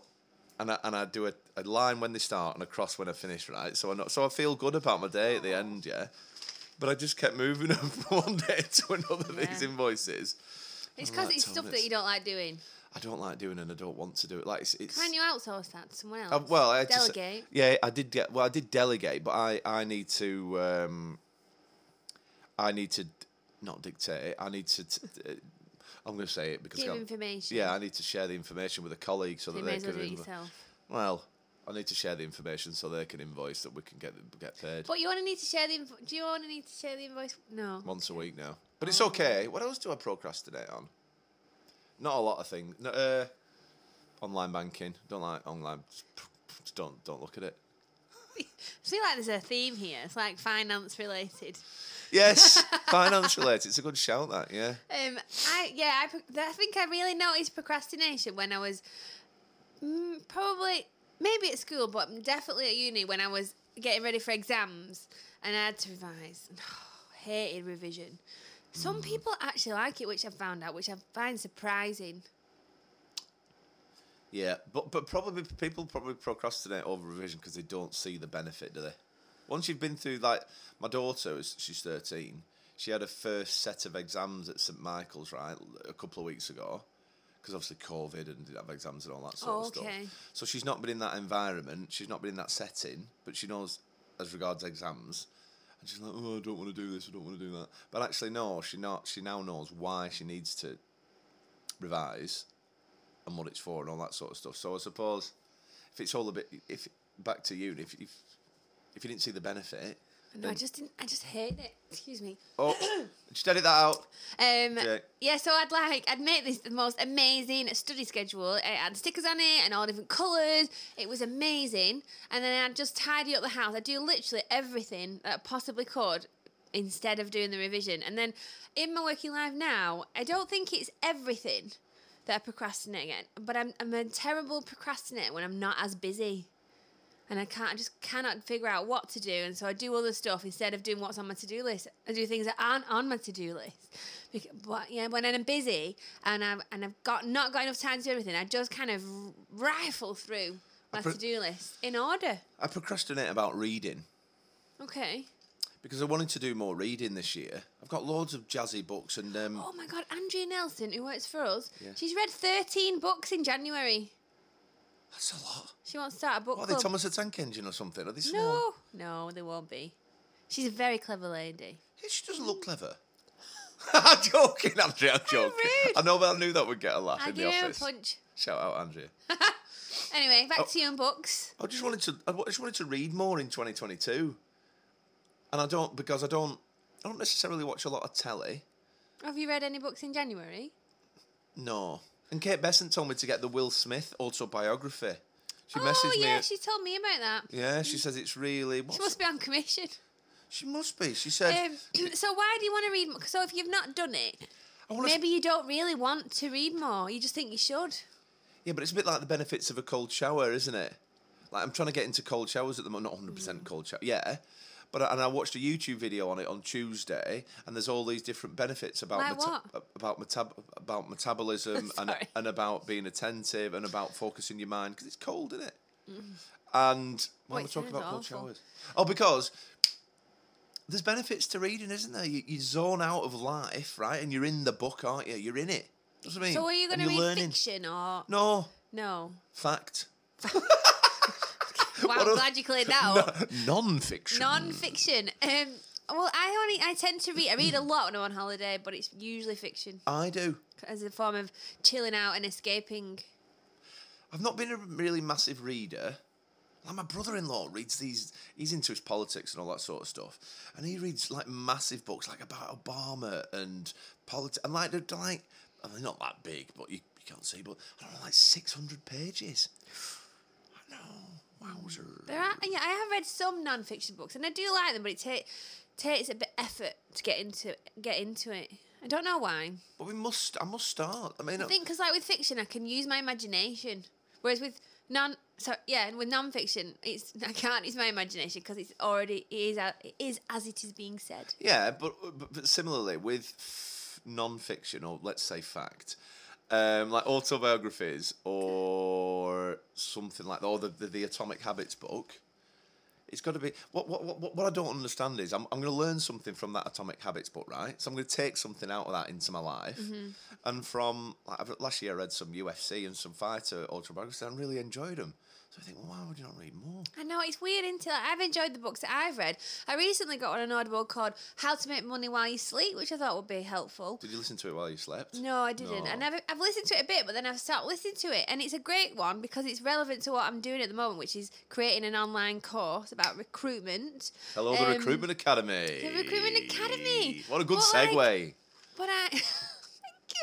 Speaker 2: and I, and I do a, a line when they start and a cross when I finish. Right, so I know, so I feel good about my day at
Speaker 1: Oh.
Speaker 2: the end. Yeah. But I just kept moving [LAUGHS] them from one day to another. These
Speaker 1: Yeah.
Speaker 2: invoices,
Speaker 1: It's because
Speaker 2: like
Speaker 1: it's stuff that
Speaker 2: toilets.
Speaker 1: you don't like doing.
Speaker 2: I don't like doing, and I don't want to do it. Like it's, it's
Speaker 1: Can you outsource that to someone else?
Speaker 2: Uh, well, I had to s-
Speaker 1: delegate.
Speaker 2: yeah, I did get. Well, I did delegate, but I I need to. Um, I need to d- not dictate. it, I need to. T- t- uh, I'm going to say it because I
Speaker 1: Give
Speaker 2: can't-
Speaker 1: information.
Speaker 2: yeah, I need to share the information with a colleague so
Speaker 1: So you
Speaker 2: that
Speaker 1: may
Speaker 2: they
Speaker 1: as well
Speaker 2: can.
Speaker 1: do it
Speaker 2: invo-
Speaker 1: yourself.
Speaker 2: well, I need to share the information so they can invoice that we can get get paid
Speaker 1: But you only need to share the. Invo- do you only need to share the invoice? No.
Speaker 2: once a week now. But it's okay. What else do I procrastinate on? Not a lot of things. No, uh, online banking. Don't like online. Just don't don't look at it.
Speaker 1: [LAUGHS] I feel like there's a theme here. It's like finance related.
Speaker 2: Yes, finance related. It's a good shout, that, yeah.
Speaker 1: Um, I yeah, I, pro- I think I really noticed procrastination when I was mm, probably maybe at school, but definitely at uni when I was getting ready for exams and I had to revise. [SIGHS] hated revision. Some people actually like it, which I've found out, which I find surprising.
Speaker 2: Yeah, but but probably people probably procrastinate over revision because they don't see the benefit, do they? Once you've been through, like, my daughter, is she's 13, she had her first set of exams at St Michael's, right, a couple of weeks ago, because obviously COVID and didn't have exams and all that sort
Speaker 1: Oh,
Speaker 2: of stuff.
Speaker 1: okay.
Speaker 2: So she's not been in that environment, she's not been in that setting, but she knows as regards exams. And she's like, oh, I don't want to do this, I don't want to do that. But actually, no, she not. She now knows why she needs to revise and what it's for and all that sort of stuff. So I suppose if it's all a bit, if back to you, if if, if you didn't see the benefit,
Speaker 1: No, I just didn't. I just hated it. Excuse me.
Speaker 2: oh, [COUGHS] just edit that out.
Speaker 1: Um,
Speaker 2: Yeah.
Speaker 1: yeah, so I'd like I'd make this the most amazing study schedule. Uh, I had stickers on it and all different colours. It was amazing, and then I'd just tidy up the house. I'd do literally everything that I possibly could instead of doing the revision. And then in my working life now, I don't think it's everything that I procrastinate again, but I'm I'm a terrible procrastinator when I'm not as busy. And I can't, I just cannot figure out what to do. And so I do other stuff instead of doing what's on my to do list. I do things that aren't on my to do list. Because, but yeah, when I'm busy and I've and I've got not got enough time to do everything, I just kind of rifle through my
Speaker 2: pro-
Speaker 1: to do list in order.
Speaker 2: I procrastinate about reading
Speaker 1: Okay.
Speaker 2: because I wanted to do more reading this year. I've got loads of jazzy books and um,
Speaker 1: Oh my God, Andrea Nelson, who works for us,
Speaker 2: Yeah.
Speaker 1: she's read 13 books in January.
Speaker 2: that's a lot.
Speaker 1: She wants to start a book
Speaker 2: What are Oh, they,
Speaker 1: club.
Speaker 2: Thomas the Tank Engine or something? Are they small?
Speaker 1: no, no, they won't be. She's a very clever lady.
Speaker 2: Yeah, she doesn't look clever. [LAUGHS] I'm joking, Andrea. I'm joking.
Speaker 1: rude.
Speaker 2: I know, but I knew that would get a laugh
Speaker 1: I
Speaker 2: in
Speaker 1: give
Speaker 2: the
Speaker 1: him a
Speaker 2: office. Oh.
Speaker 1: punch.
Speaker 2: Shout out, Andrea.
Speaker 1: Anyway, back to your books.
Speaker 2: I just wanted to. I just wanted to read more in 2022, and I don't because I don't. I don't necessarily watch a lot of telly.
Speaker 1: Have you read any books in January?
Speaker 2: No. And Kate Besant told me to get the Will Smith autobiography. She
Speaker 1: oh
Speaker 2: messaged
Speaker 1: yeah,
Speaker 2: me.
Speaker 1: she told me about that.
Speaker 2: yeah, she says it's really.
Speaker 1: She
Speaker 2: what's-
Speaker 1: must be on
Speaker 2: [LAUGHS]
Speaker 1: commission.
Speaker 2: she must be. She said,
Speaker 1: Um, [CLEARS THROAT] so why do you want to read? more? So if you've not done it,
Speaker 2: I wanna
Speaker 1: maybe you don't really want to read more. You just think you should.
Speaker 2: Yeah, but it's a bit like the benefits of a cold shower, isn't it? Like I'm trying to get into cold showers at the moment, not 100
Speaker 1: Mm.
Speaker 2: percent cold shower. Yeah, but I- and I watched a YouTube video on it on Tuesday, and there's all these different benefits about
Speaker 1: Like what?
Speaker 2: about metab-
Speaker 1: [LAUGHS]
Speaker 2: about metabolism and
Speaker 1: Sorry.
Speaker 2: and about being attentive and about focusing your mind because it's cold, isn't it? And why
Speaker 1: Well,
Speaker 2: am I
Speaker 1: it Mm.
Speaker 2: talking
Speaker 1: sounds
Speaker 2: about cold
Speaker 1: awful.
Speaker 2: showers? Oh, because there's benefits to reading, isn't there? You, you zone out of life, right? And you're in the book, aren't you? You're in it. That's what I mean.
Speaker 1: So are you
Speaker 2: Hmm. And
Speaker 1: going to
Speaker 2: you're
Speaker 1: read
Speaker 2: learning.
Speaker 1: fiction or
Speaker 2: No,
Speaker 1: no?
Speaker 2: [LAUGHS] fact.
Speaker 1: Wow,
Speaker 2: What a-
Speaker 1: I'm glad you cleared
Speaker 2: [LAUGHS]
Speaker 1: that up.
Speaker 2: Non-fiction.
Speaker 1: Non-fiction. Um, well, I only I tend to read. I read a lot when I'm on holiday, but it's usually fiction
Speaker 2: I do.
Speaker 1: as a form of chilling out and escaping.
Speaker 2: I've not been a really massive reader. Like my brother-in-law reads these. He's into his politics and all that sort of stuff, and he reads like massive books, like about Obama and politics, and like they're like, I mean, not that big, but you, you can't see, but I don't know, like six hundred pages. I know, wowzer.
Speaker 1: There are, yeah, I have read some non-fiction books, and I do like them, but it ta- takes a bit effort to get into get into it. I don't know why.
Speaker 2: But we must. I must start. I mean,
Speaker 1: I think because like with fiction, I can use my imagination, whereas with non, so yeah, and with non-fiction, it's [LAUGHS] I can't use my imagination because it's already it is a- it is as it is being said.
Speaker 2: Yeah, but, but, but similarly with f- non-fiction or let's say fact, um, like autobiographies or something like that, or the, the, the Atomic Habits book. It's got to be what, what what what- what I don't understand is I'm I'm going to learn something from that Atomic Habits book, right? So I'm going to take something out of that into my life, and from like I've, last year I read some UFC and some fighter autobiographies and I really enjoyed them. So I think, well, why would you not read more?
Speaker 1: I know it's weird until like, I've enjoyed the books that I've read. I recently got on an Audible called "How to Make Money While You Sleep," which I thought would be helpful.
Speaker 2: Did you listen to it while you slept?
Speaker 1: No, I didn't. I
Speaker 2: No.
Speaker 1: never. I've listened to it a bit, but then I've stopped listening to it, and it's a great one because it's relevant to what I'm doing at the moment, which is creating an online course about recruitment.
Speaker 2: Hello, the
Speaker 1: Um,
Speaker 2: Recruitment Academy.
Speaker 1: the Recruitment Academy.
Speaker 2: What a good
Speaker 1: But, like,
Speaker 2: segue.
Speaker 1: But I. [LAUGHS]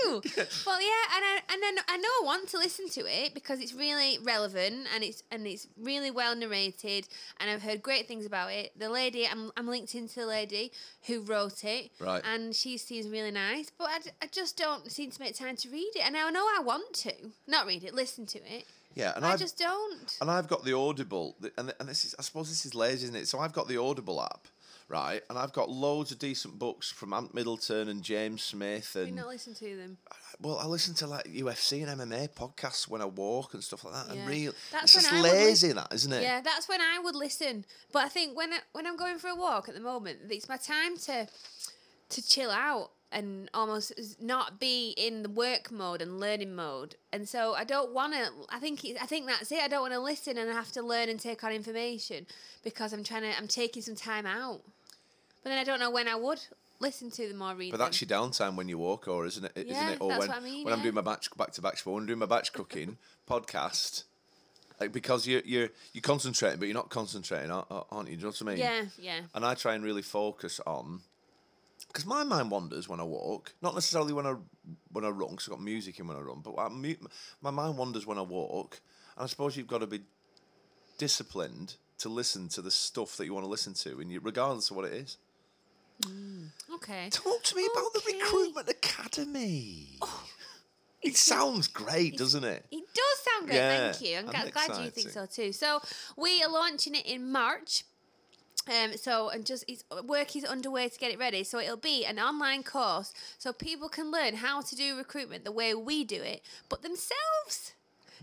Speaker 1: Thank
Speaker 2: [LAUGHS]
Speaker 1: you. well, yeah, and I and then I know I want to listen to it because it's really relevant and it's and it's really well narrated and I've heard great things about it. The lady, I'm I'm linked into the lady who wrote it,
Speaker 2: Right.
Speaker 1: And she seems really nice, but I, d- I just don't seem to make time to read it. And I know I want to not read it, listen to it.
Speaker 2: yeah, and
Speaker 1: I
Speaker 2: I've
Speaker 1: just don't.
Speaker 2: and I've got the Audible, th- and th- and this is I suppose this is lazy, isn't it? So I've got the Audible app, right? And I've got loads of decent books from Ant Middleton and James Smith,
Speaker 1: You
Speaker 2: and
Speaker 1: not listen to them.
Speaker 2: well, I listen to like UFC and MMA podcasts when I walk and stuff like that.
Speaker 1: Yeah.
Speaker 2: And real,
Speaker 1: That's
Speaker 2: it's
Speaker 1: when
Speaker 2: just
Speaker 1: I would lis-
Speaker 2: lazy, that isn't it?
Speaker 1: Yeah, that's when I would listen. But I think when I, when I'm going for a walk at the moment, it's my time to to chill out and almost s- not be in the work mode and learning mode. And so I don't want to. I think it, I think that's it. I don't want to listen and have to learn and take on information because I'm trying to. I'm taking some time out. But then I don't know when I would listen to them or read
Speaker 2: But
Speaker 1: them.
Speaker 2: that's your downtime when you walk, or isn't it?
Speaker 1: Yeah,
Speaker 2: not it? Or
Speaker 1: that's
Speaker 2: when,
Speaker 1: what I mean,
Speaker 2: when I'm
Speaker 1: yeah.
Speaker 2: doing my batch back to batch, but when I'm doing my batch
Speaker 1: [LAUGHS]
Speaker 2: cooking podcast, like because you're you're you're concentrating, but you're not concentrating, aren't aren't you? Do you know what I mean?
Speaker 1: yeah, yeah.
Speaker 2: And I try and really focus on because my mind wanders when I walk, not necessarily when I when I run, because I've got music in when I run, but I, mu- my mind wanders when I walk, and I suppose you've got to be disciplined to listen to the stuff that you want to listen to, and you, regardless of what it is.
Speaker 1: Okay.
Speaker 2: Talk to me about the
Speaker 1: Okay. Oh,
Speaker 2: recruitment academy. it sounds great, doesn't it?
Speaker 1: It does sound great,
Speaker 2: Yeah,
Speaker 1: thank you. I'm,
Speaker 2: I'm
Speaker 1: g- glad you think so
Speaker 2: excited.
Speaker 1: too. So we are launching it in March. Um, so and just it's, work is underway to get it ready. So it'll be an online course, so people can learn how to do recruitment the way we do it, but themselves.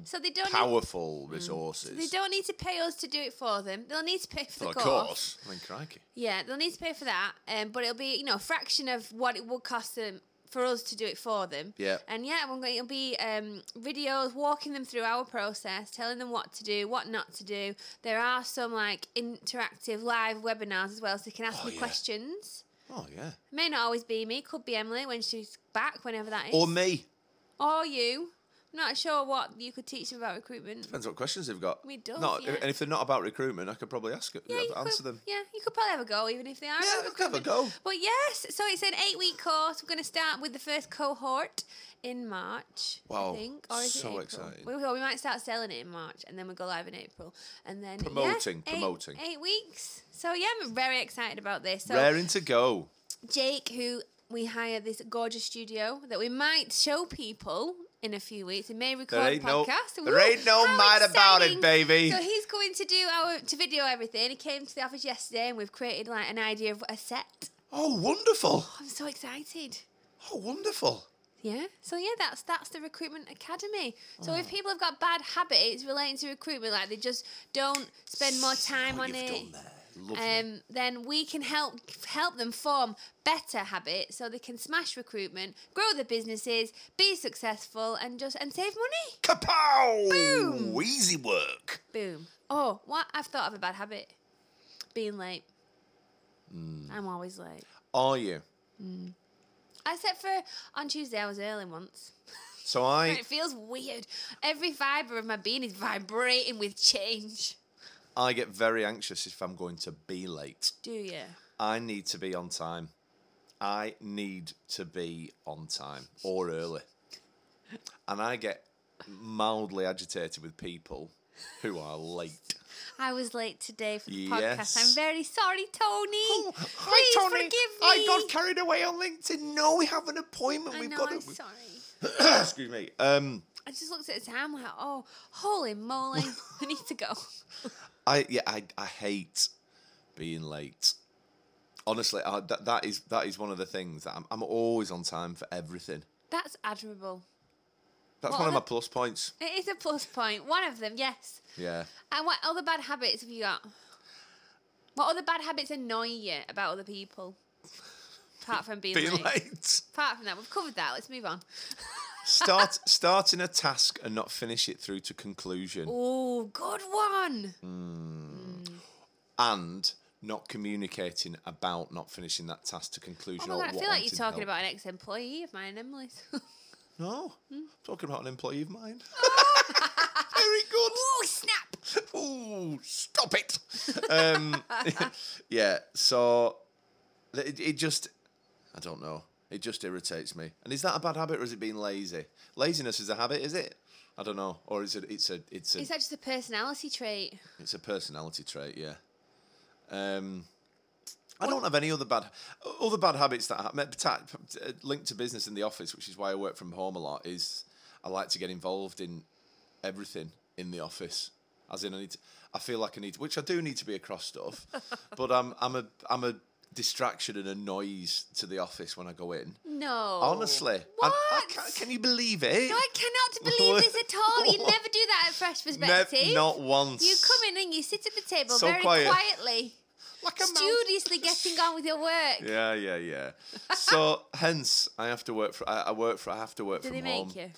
Speaker 1: So they don't need,
Speaker 2: Powerful resources.
Speaker 1: mm, they don't need to pay us to do it for them. They'll need to pay for the
Speaker 2: of
Speaker 1: course.
Speaker 2: course. I mean, crikey.
Speaker 1: Yeah, they'll need to pay for that, um, but it'll be you know a fraction of what it would cost them for us to do it for them.
Speaker 2: Yeah.
Speaker 1: And yeah, I'm going. It'll be um, videos walking them through our process, telling them what to do, what not to do. There are some like interactive live webinars as well, so they can ask
Speaker 2: Oh,
Speaker 1: me
Speaker 2: yeah.
Speaker 1: questions.
Speaker 2: Oh yeah.
Speaker 1: May not always be me. Could be Emily when she's back, whenever that is.
Speaker 2: Or me.
Speaker 1: Or you. Not sure what you could teach them about recruitment.
Speaker 2: Depends what questions they've got.
Speaker 1: We don't,
Speaker 2: Not,
Speaker 1: yeah.
Speaker 2: And if they're not about recruitment, I could probably ask it,
Speaker 1: you
Speaker 2: answer
Speaker 1: could,
Speaker 2: them.
Speaker 1: Yeah, you could probably have a go, even if they are.
Speaker 2: Yeah,
Speaker 1: about
Speaker 2: I could have a
Speaker 1: recruitment.
Speaker 2: go.
Speaker 1: But yes, so it's an eight-week course. We're going to start with the first cohort in March.
Speaker 2: Wow,
Speaker 1: I think, or is it
Speaker 2: so
Speaker 1: April?
Speaker 2: exciting.
Speaker 1: We, well, we might start selling it in March, and then we go live in April, and then yeah,
Speaker 2: Promoting,
Speaker 1: eight-
Speaker 2: promoting.
Speaker 1: Eight weeks. So yeah, I'm very excited about this. So
Speaker 2: Raring to go.
Speaker 1: Jake, who we hired this gorgeous studio that we might show people in a few weeks. We may record
Speaker 2: There ain't
Speaker 1: a
Speaker 2: no,
Speaker 1: podcast.
Speaker 2: there
Speaker 1: Woo,
Speaker 2: ain't no
Speaker 1: how
Speaker 2: mad about
Speaker 1: exciting.
Speaker 2: it, baby.
Speaker 1: So he's going to do our to video everything. He came to the office yesterday and we've created like an idea of a set.
Speaker 2: Oh, wonderful.
Speaker 1: I'm so excited.
Speaker 2: Oh, wonderful.
Speaker 1: Yeah. So yeah, that's that's the recruitment academy. So
Speaker 2: Oh.
Speaker 1: if people have got bad habits relating to recruitment, like they just don't spend more time
Speaker 2: what
Speaker 1: on
Speaker 2: Oh, you've
Speaker 1: it.
Speaker 2: done there. Lovely.
Speaker 1: Um, then we can help help them form better habits so they can smash recruitment, grow their businesses, be successful, and just and save money.
Speaker 2: Kapow! Easy work.
Speaker 1: Boom. Oh, what I've thought of a bad habit: being late.
Speaker 2: Hmm.
Speaker 1: I'm always late.
Speaker 2: Are you?
Speaker 1: Except for on Tuesday, I was early once.
Speaker 2: So I,
Speaker 1: It feels weird. Every fibre of my being is vibrating with change.
Speaker 2: I get very anxious if I'm going to be late.
Speaker 1: Do you?
Speaker 2: I need to be on time. I need to be on time or early. And I get mildly agitated with people who are late.
Speaker 1: I was late today for the
Speaker 2: Yes. Oh,
Speaker 1: podcast. I'm very sorry, Tony. Please forgive me.
Speaker 2: I got carried away on LinkedIn. No, we have an appointment.
Speaker 1: I
Speaker 2: We've
Speaker 1: know,
Speaker 2: got
Speaker 1: I'm
Speaker 2: [COUGHS] to.
Speaker 1: sorry.
Speaker 2: Excuse me. Um,
Speaker 1: I just looked at the time like, oh, holy
Speaker 2: [LAUGHS]
Speaker 1: moly, [LAUGHS] I need to go.
Speaker 2: I yeah, I, I hate being late. Honestly, I, that, that is that is one of the things that I'm, I'm always on time for everything.
Speaker 1: That's admirable.
Speaker 2: That's
Speaker 1: What
Speaker 2: one of
Speaker 1: other-
Speaker 2: my plus points.
Speaker 1: It is a plus point. One of them, yes.
Speaker 2: Yeah.
Speaker 1: And what other bad habits have you got? What other bad habits annoy you about other people? Apart from being,
Speaker 2: Being
Speaker 1: late.
Speaker 2: late.
Speaker 1: Apart from that, we've covered that. Let's move on.
Speaker 2: Start starting a task and not finish it through to conclusion.
Speaker 1: Oh, good one.
Speaker 2: Mm. And not communicating about not finishing that task to
Speaker 1: Oh
Speaker 2: conclusion.
Speaker 1: my
Speaker 2: or
Speaker 1: god, I
Speaker 2: what
Speaker 1: feel like you're
Speaker 2: wanting
Speaker 1: talking
Speaker 2: help.
Speaker 1: about an ex-employee of mine, Emily's.
Speaker 2: No.
Speaker 1: Hmm?
Speaker 2: Talking about an employee
Speaker 1: [LAUGHS]
Speaker 2: of mine. [LAUGHS] Very good.
Speaker 1: oh snap!
Speaker 2: Ooh, stop it. [LAUGHS] Um, [LAUGHS] yeah, so it, it just, I don't know. It just irritates me. And is that a bad habit or is it being lazy? Laziness is a habit, is it? I don't know. Or is it, it's a, it's
Speaker 1: [LAUGHS]
Speaker 2: a,
Speaker 1: Is that just a personality trait?
Speaker 2: it's a personality trait, yeah. Um, I don't have any other bad, other bad habits that I have. pata- uh, Linked to business in the office, which is why I work from home a lot. Is I like to get involved in everything in the office. As in, I need. To, I feel like I need, which I do need to be
Speaker 1: [LAUGHS]
Speaker 2: across stuff, but I'm I'm a I'm a distraction and a noise to the office when I go in.
Speaker 1: No.
Speaker 2: Honestly, And
Speaker 1: What?
Speaker 2: I can't- can you believe it?
Speaker 1: No, I cannot
Speaker 2: [LAUGHS]
Speaker 1: believe this at all. You never do that at Fresh Perspective.
Speaker 2: Nev- not once.
Speaker 1: You come in and you sit at the table
Speaker 2: So
Speaker 1: very
Speaker 2: quiet.
Speaker 1: quietly,
Speaker 2: like a mouse.
Speaker 1: studiously getting on with your work.
Speaker 2: Yeah, yeah, yeah.
Speaker 1: [LAUGHS]
Speaker 2: so hence, I have to work for. I, I work for. I have to work
Speaker 1: Do
Speaker 2: from
Speaker 1: they
Speaker 2: home.
Speaker 1: make you?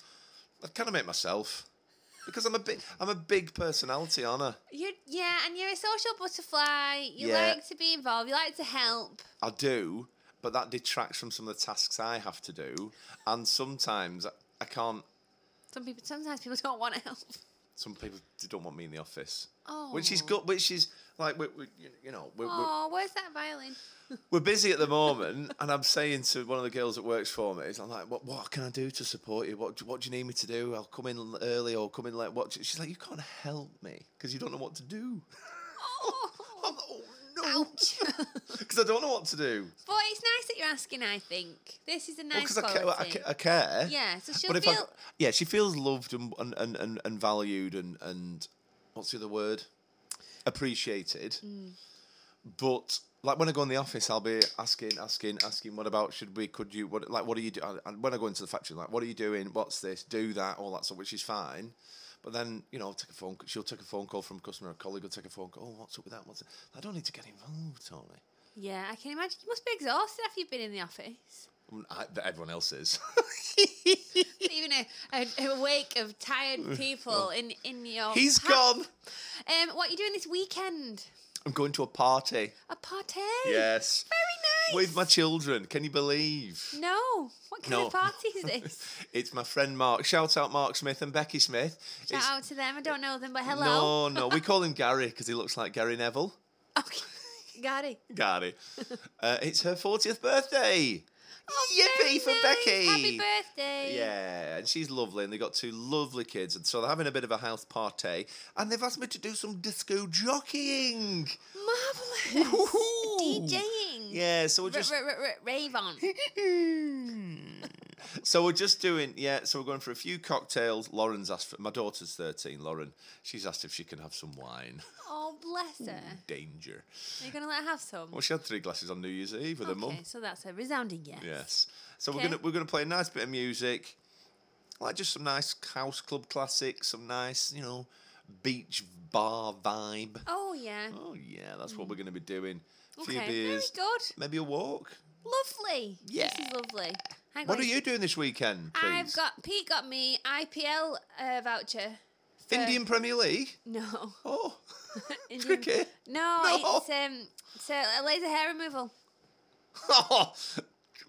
Speaker 2: I kind of make myself because I'm a big. I'm a big personality, aren't I?
Speaker 1: You yeah, and you're a social butterfly. You
Speaker 2: Yeah.
Speaker 1: like to be involved. You like to help.
Speaker 2: I do, but that detracts from some of the tasks I have to do, and sometimes I, I can't.
Speaker 1: Some people sometimes people don't want to help.
Speaker 2: Some people d- don't want me in the office,
Speaker 1: Oh.
Speaker 2: which is good. Which is like we, we you- you know, we're, we're,
Speaker 1: Oh, where's that
Speaker 2: [LAUGHS]
Speaker 1: violin?
Speaker 2: we're busy at the moment, [LAUGHS] and I'm saying to one of the girls that works for me, I'm like, "What? What can I do to support you? What? do- What do you need me to do? I'll come in early or come in late." What? She's like, "You can't help me because you don't know what to do." [LAUGHS]
Speaker 1: Oh.
Speaker 2: I'm like, oh no, [LAUGHS]
Speaker 1: Ouch. [LAUGHS]
Speaker 2: because I don't know what to do.
Speaker 1: but it's nice that you're asking, I think. This is a
Speaker 2: Well,
Speaker 1: nice
Speaker 2: 'cause I care, I
Speaker 1: quality.
Speaker 2: ca- I care.
Speaker 1: Yeah, so she'll
Speaker 2: but if I-
Speaker 1: feel-
Speaker 2: yeah, she feels loved and and, and, and, and valued and and what's the other word? Appreciated. But like when I go in the office, I'll be asking, asking, asking. What about? Should we? Could you? What like? What are you doing? And when I go into the factory, like, what are you doing? What's this? Do that? All that stuff, which is fine. But then you know, I'll take a phone. c- She'll take a phone call from a customer. A colleague will take a phone call. Oh, what's up with that? What's it? I don't need to get involved, Tony.
Speaker 1: Yeah, I can imagine. You must be exhausted after you've been in the
Speaker 2: [LAUGHS]
Speaker 1: office.
Speaker 2: I, everyone else is.
Speaker 1: Even a, a, a wake of tired people in, in your.
Speaker 2: [LAUGHS] He's
Speaker 1: path.
Speaker 2: gone.
Speaker 1: Um, what are you doing this weekend?
Speaker 2: I'm going to a party.
Speaker 1: A party?
Speaker 2: Yes.
Speaker 1: Very nice.
Speaker 2: with my children. Can you believe?
Speaker 1: No. What kind
Speaker 2: No.
Speaker 1: of party is
Speaker 2: [LAUGHS]
Speaker 1: this?
Speaker 2: It's my friend Mark. Shout out Mark Smith and Becky Smith.
Speaker 1: Shout
Speaker 2: It's-
Speaker 1: out to them. I don't know them, but hello.
Speaker 2: No, no, we call him Gary because he looks like Gary Neville.
Speaker 1: Okay. [LAUGHS] Gary. [LAUGHS]
Speaker 2: Gary. Uh, it's her 40th birthday. Yippee
Speaker 1: Oh, Very
Speaker 2: for
Speaker 1: nice.
Speaker 2: Becky.
Speaker 1: Happy birthday.
Speaker 2: Yeah, and she's lovely, and they got two lovely kids, and so they're having a bit of a house party, and they've asked me to do some disco jockeying.
Speaker 1: Marvelous.
Speaker 2: Woohoo.
Speaker 1: DJing.
Speaker 2: Yeah, so we're
Speaker 1: R-
Speaker 2: just
Speaker 1: r- r- r- rave on.
Speaker 2: [LAUGHS] so we're just doing yeah. So we're going for a few cocktails. Lauren's asked for my daughter's thirteen. Lauren, she's asked if she can have some wine. [LAUGHS]
Speaker 1: Oh, bless her.
Speaker 2: Danger.
Speaker 1: Are you going to let her have some?
Speaker 2: Well, she had three glasses on New Year's Eve with her mum.
Speaker 1: Okay, so that's a resounding yes.
Speaker 2: Yes. So
Speaker 1: Okay.
Speaker 2: we're gonna we're gonna play a nice bit of music, like just some nice house club classics, some nice you know beach bar vibe.
Speaker 1: Oh, yeah.
Speaker 2: Oh yeah, that's what we're gonna be doing. A few
Speaker 1: Okay, very
Speaker 2: beers,
Speaker 1: good.
Speaker 2: maybe a walk.
Speaker 1: Lovely. This
Speaker 2: Yeah.
Speaker 1: is lovely. Hang
Speaker 2: What
Speaker 1: on.
Speaker 2: are you doing this weekend? Please?
Speaker 1: I've got, Pete got me IPL uh, voucher. for-
Speaker 2: Indian Premier League.
Speaker 1: [LAUGHS] No. [LAUGHS]
Speaker 2: Oh,
Speaker 1: Indian-
Speaker 2: cricket.
Speaker 1: No,
Speaker 2: [LAUGHS] No.
Speaker 1: it's um, so a laser hair removal.
Speaker 2: Oh,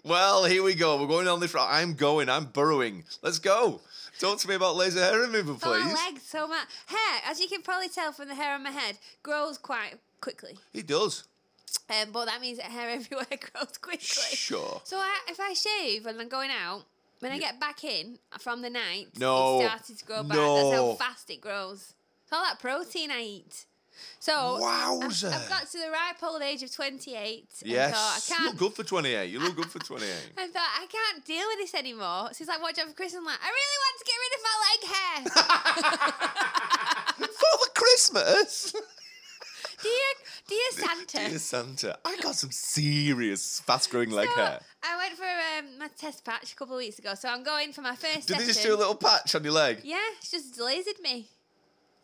Speaker 2: well, here we go. We're going on this route. I'm going. I'm burrowing. Let's go. Talk to me about laser hair removal,
Speaker 1: For my
Speaker 2: please.
Speaker 1: legs, so my hair, as you can probably tell from the hair on my head, grows quite quickly.
Speaker 2: He does.
Speaker 1: Um, but that means that hair [LAUGHS] everywhere grows quickly.
Speaker 2: Sure.
Speaker 1: So I, if I shave and I'm going out, when I get back in from the night,
Speaker 2: No.
Speaker 1: it started to grow back. That's how
Speaker 2: No.
Speaker 1: fast it grows. It's all that protein I eat. So
Speaker 2: Wowza.
Speaker 1: I've got to the ripe old age of 28. and
Speaker 2: Yes.
Speaker 1: thought, I
Speaker 2: you
Speaker 1: can't
Speaker 2: look good for 28. You look good for 28.
Speaker 1: [LAUGHS] I thought I can't deal with this anymore. So he's like, "What do you have for Christmas?" I'm like, "I really want to get rid of my leg hair."
Speaker 2: [LAUGHS] Father Christmas?
Speaker 1: dear, dear Santa.
Speaker 2: Dear Santa, I got some serious fast growing leg
Speaker 1: So,
Speaker 2: hair.
Speaker 1: I went for um, my test patch a couple of weeks ago, so I'm going for my first.
Speaker 2: Did they just
Speaker 1: session.
Speaker 2: do a little patch on your leg?
Speaker 1: Yeah, it's just lasered me.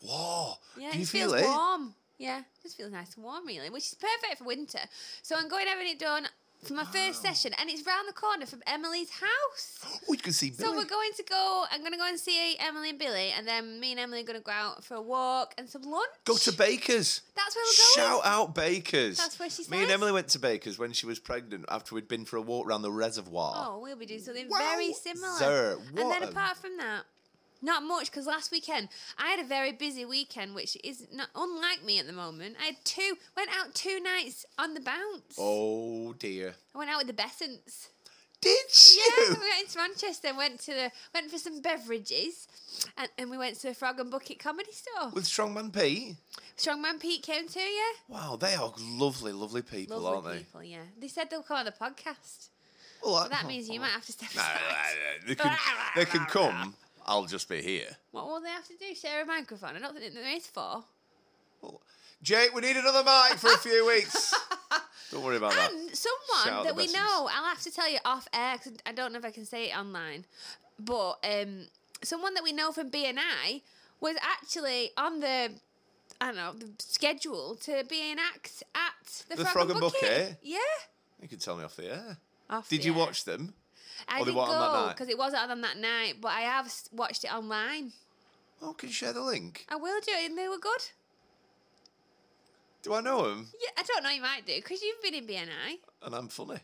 Speaker 2: Whoa.
Speaker 1: Yeah,
Speaker 2: do
Speaker 1: it
Speaker 2: you
Speaker 1: just
Speaker 2: feel
Speaker 1: feels
Speaker 2: it?
Speaker 1: warm. Yeah, it just feels nice and warm, really, which is perfect for winter. So I'm going having it done for my first session, and it's round the corner from Emily's house.
Speaker 2: [GASPS] Oh, you can see
Speaker 1: So
Speaker 2: Billy.
Speaker 1: we're going to go. I'm going to go and see Emily and Billy, and then me and Emily are going to go out for a walk and some lunch.
Speaker 2: Go to Baker's.
Speaker 1: That's where we're going.
Speaker 2: Shout out Baker's.
Speaker 1: That's where she
Speaker 2: Me and
Speaker 1: says.
Speaker 2: Emily went to Baker's when she was pregnant after we'd been for a walk around the reservoir.
Speaker 1: Oh, we'll be doing something
Speaker 2: Wow,
Speaker 1: very similar.
Speaker 2: sir,
Speaker 1: and then
Speaker 2: what a-
Speaker 1: apart from that, not much because last weekend I had a very busy weekend, which is not unlike me at the moment. I had two went out two nights on the bounce.
Speaker 2: Oh, dear.
Speaker 1: I went out with the Bessants.
Speaker 2: Did
Speaker 1: Yeah,
Speaker 2: you?
Speaker 1: we
Speaker 2: [LAUGHS]
Speaker 1: went into Manchester and went to the went for some beverages, and, and we went to the Frog and Bucket Comedy Store.
Speaker 2: With Strongman Pete?
Speaker 1: Strongman Pete came too, yeah.
Speaker 2: Wow, they are lovely, lovely people,
Speaker 1: Lovely
Speaker 2: aren't they?
Speaker 1: people, yeah. They said they'll come on the podcast.
Speaker 2: Well, I-
Speaker 1: But
Speaker 2: [LAUGHS]
Speaker 1: that means you might have to step
Speaker 2: Oh. No, no,
Speaker 1: aside.
Speaker 2: no, no, they can,
Speaker 1: [LAUGHS]
Speaker 2: they can come. I'll just be here.
Speaker 1: What will they have to do? Share a microphone? I don't think there is four.
Speaker 2: Well, Jake, we need another mic for
Speaker 1: [LAUGHS]
Speaker 2: a few weeks. Don't worry about that.
Speaker 1: And
Speaker 2: Shout
Speaker 1: someone
Speaker 2: out
Speaker 1: that
Speaker 2: the
Speaker 1: we
Speaker 2: Bessons.
Speaker 1: know, I'll have to tell you off air because I don't know if I can say it online, but um, someone that we know from BNI was actually on the. I don't know, the schedule to be an act at the,
Speaker 2: The
Speaker 1: Frog, and Bucket. Yeah.
Speaker 2: You can tell me off the air.
Speaker 1: Off
Speaker 2: Did
Speaker 1: the
Speaker 2: you
Speaker 1: air.
Speaker 2: watch them?
Speaker 1: I
Speaker 2: or they
Speaker 1: didn't
Speaker 2: were on that
Speaker 1: go
Speaker 2: night?
Speaker 1: because it was on that night, but I have s- watched it online.
Speaker 2: Oh, can you share the link?
Speaker 1: I will do it, and they were good.
Speaker 2: Do I know them?
Speaker 1: Yeah, I don't know, you might do because you've been in BNI.
Speaker 2: And
Speaker 1: [LAUGHS]
Speaker 2: I'm funny.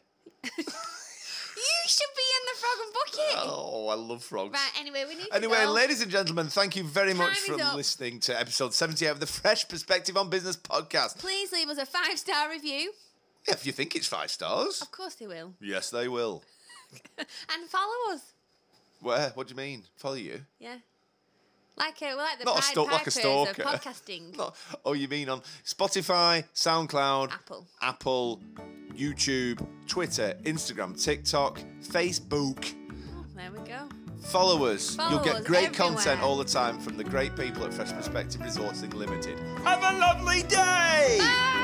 Speaker 1: You should be in the Frog and Bucket.
Speaker 2: Oh, I love frogs.
Speaker 1: Right, anyway, we need to
Speaker 2: Anyway,
Speaker 1: go.
Speaker 2: ladies and gentlemen, thank you very much
Speaker 1: Time
Speaker 2: for
Speaker 1: is up.
Speaker 2: listening to episode 78 of the Fresh Perspective on Business podcast.
Speaker 1: Please leave us a five star review.
Speaker 2: Yeah, if you think it's five stars,
Speaker 1: Of course they will.
Speaker 2: yes, they will.
Speaker 1: And follow us.
Speaker 2: Where? What do you mean? Follow you?
Speaker 1: Yeah. Like a, like the
Speaker 2: Not a
Speaker 1: Pied
Speaker 2: stalk- like a
Speaker 1: Pipers of
Speaker 2: stalker. [LAUGHS]
Speaker 1: podcasting.
Speaker 2: Not- oh, you mean on Spotify, SoundCloud,
Speaker 1: Apple.
Speaker 2: Apple, YouTube, Twitter, Instagram, TikTok, Facebook.
Speaker 1: Oh, there we
Speaker 2: [LAUGHS]
Speaker 1: go.
Speaker 2: Follow us.
Speaker 1: Follow
Speaker 2: You'll get
Speaker 1: us
Speaker 2: great
Speaker 1: everywhere.
Speaker 2: content all the time from the great people at Fresh Perspective Resourcing Limited. Have a lovely day!
Speaker 1: Bye.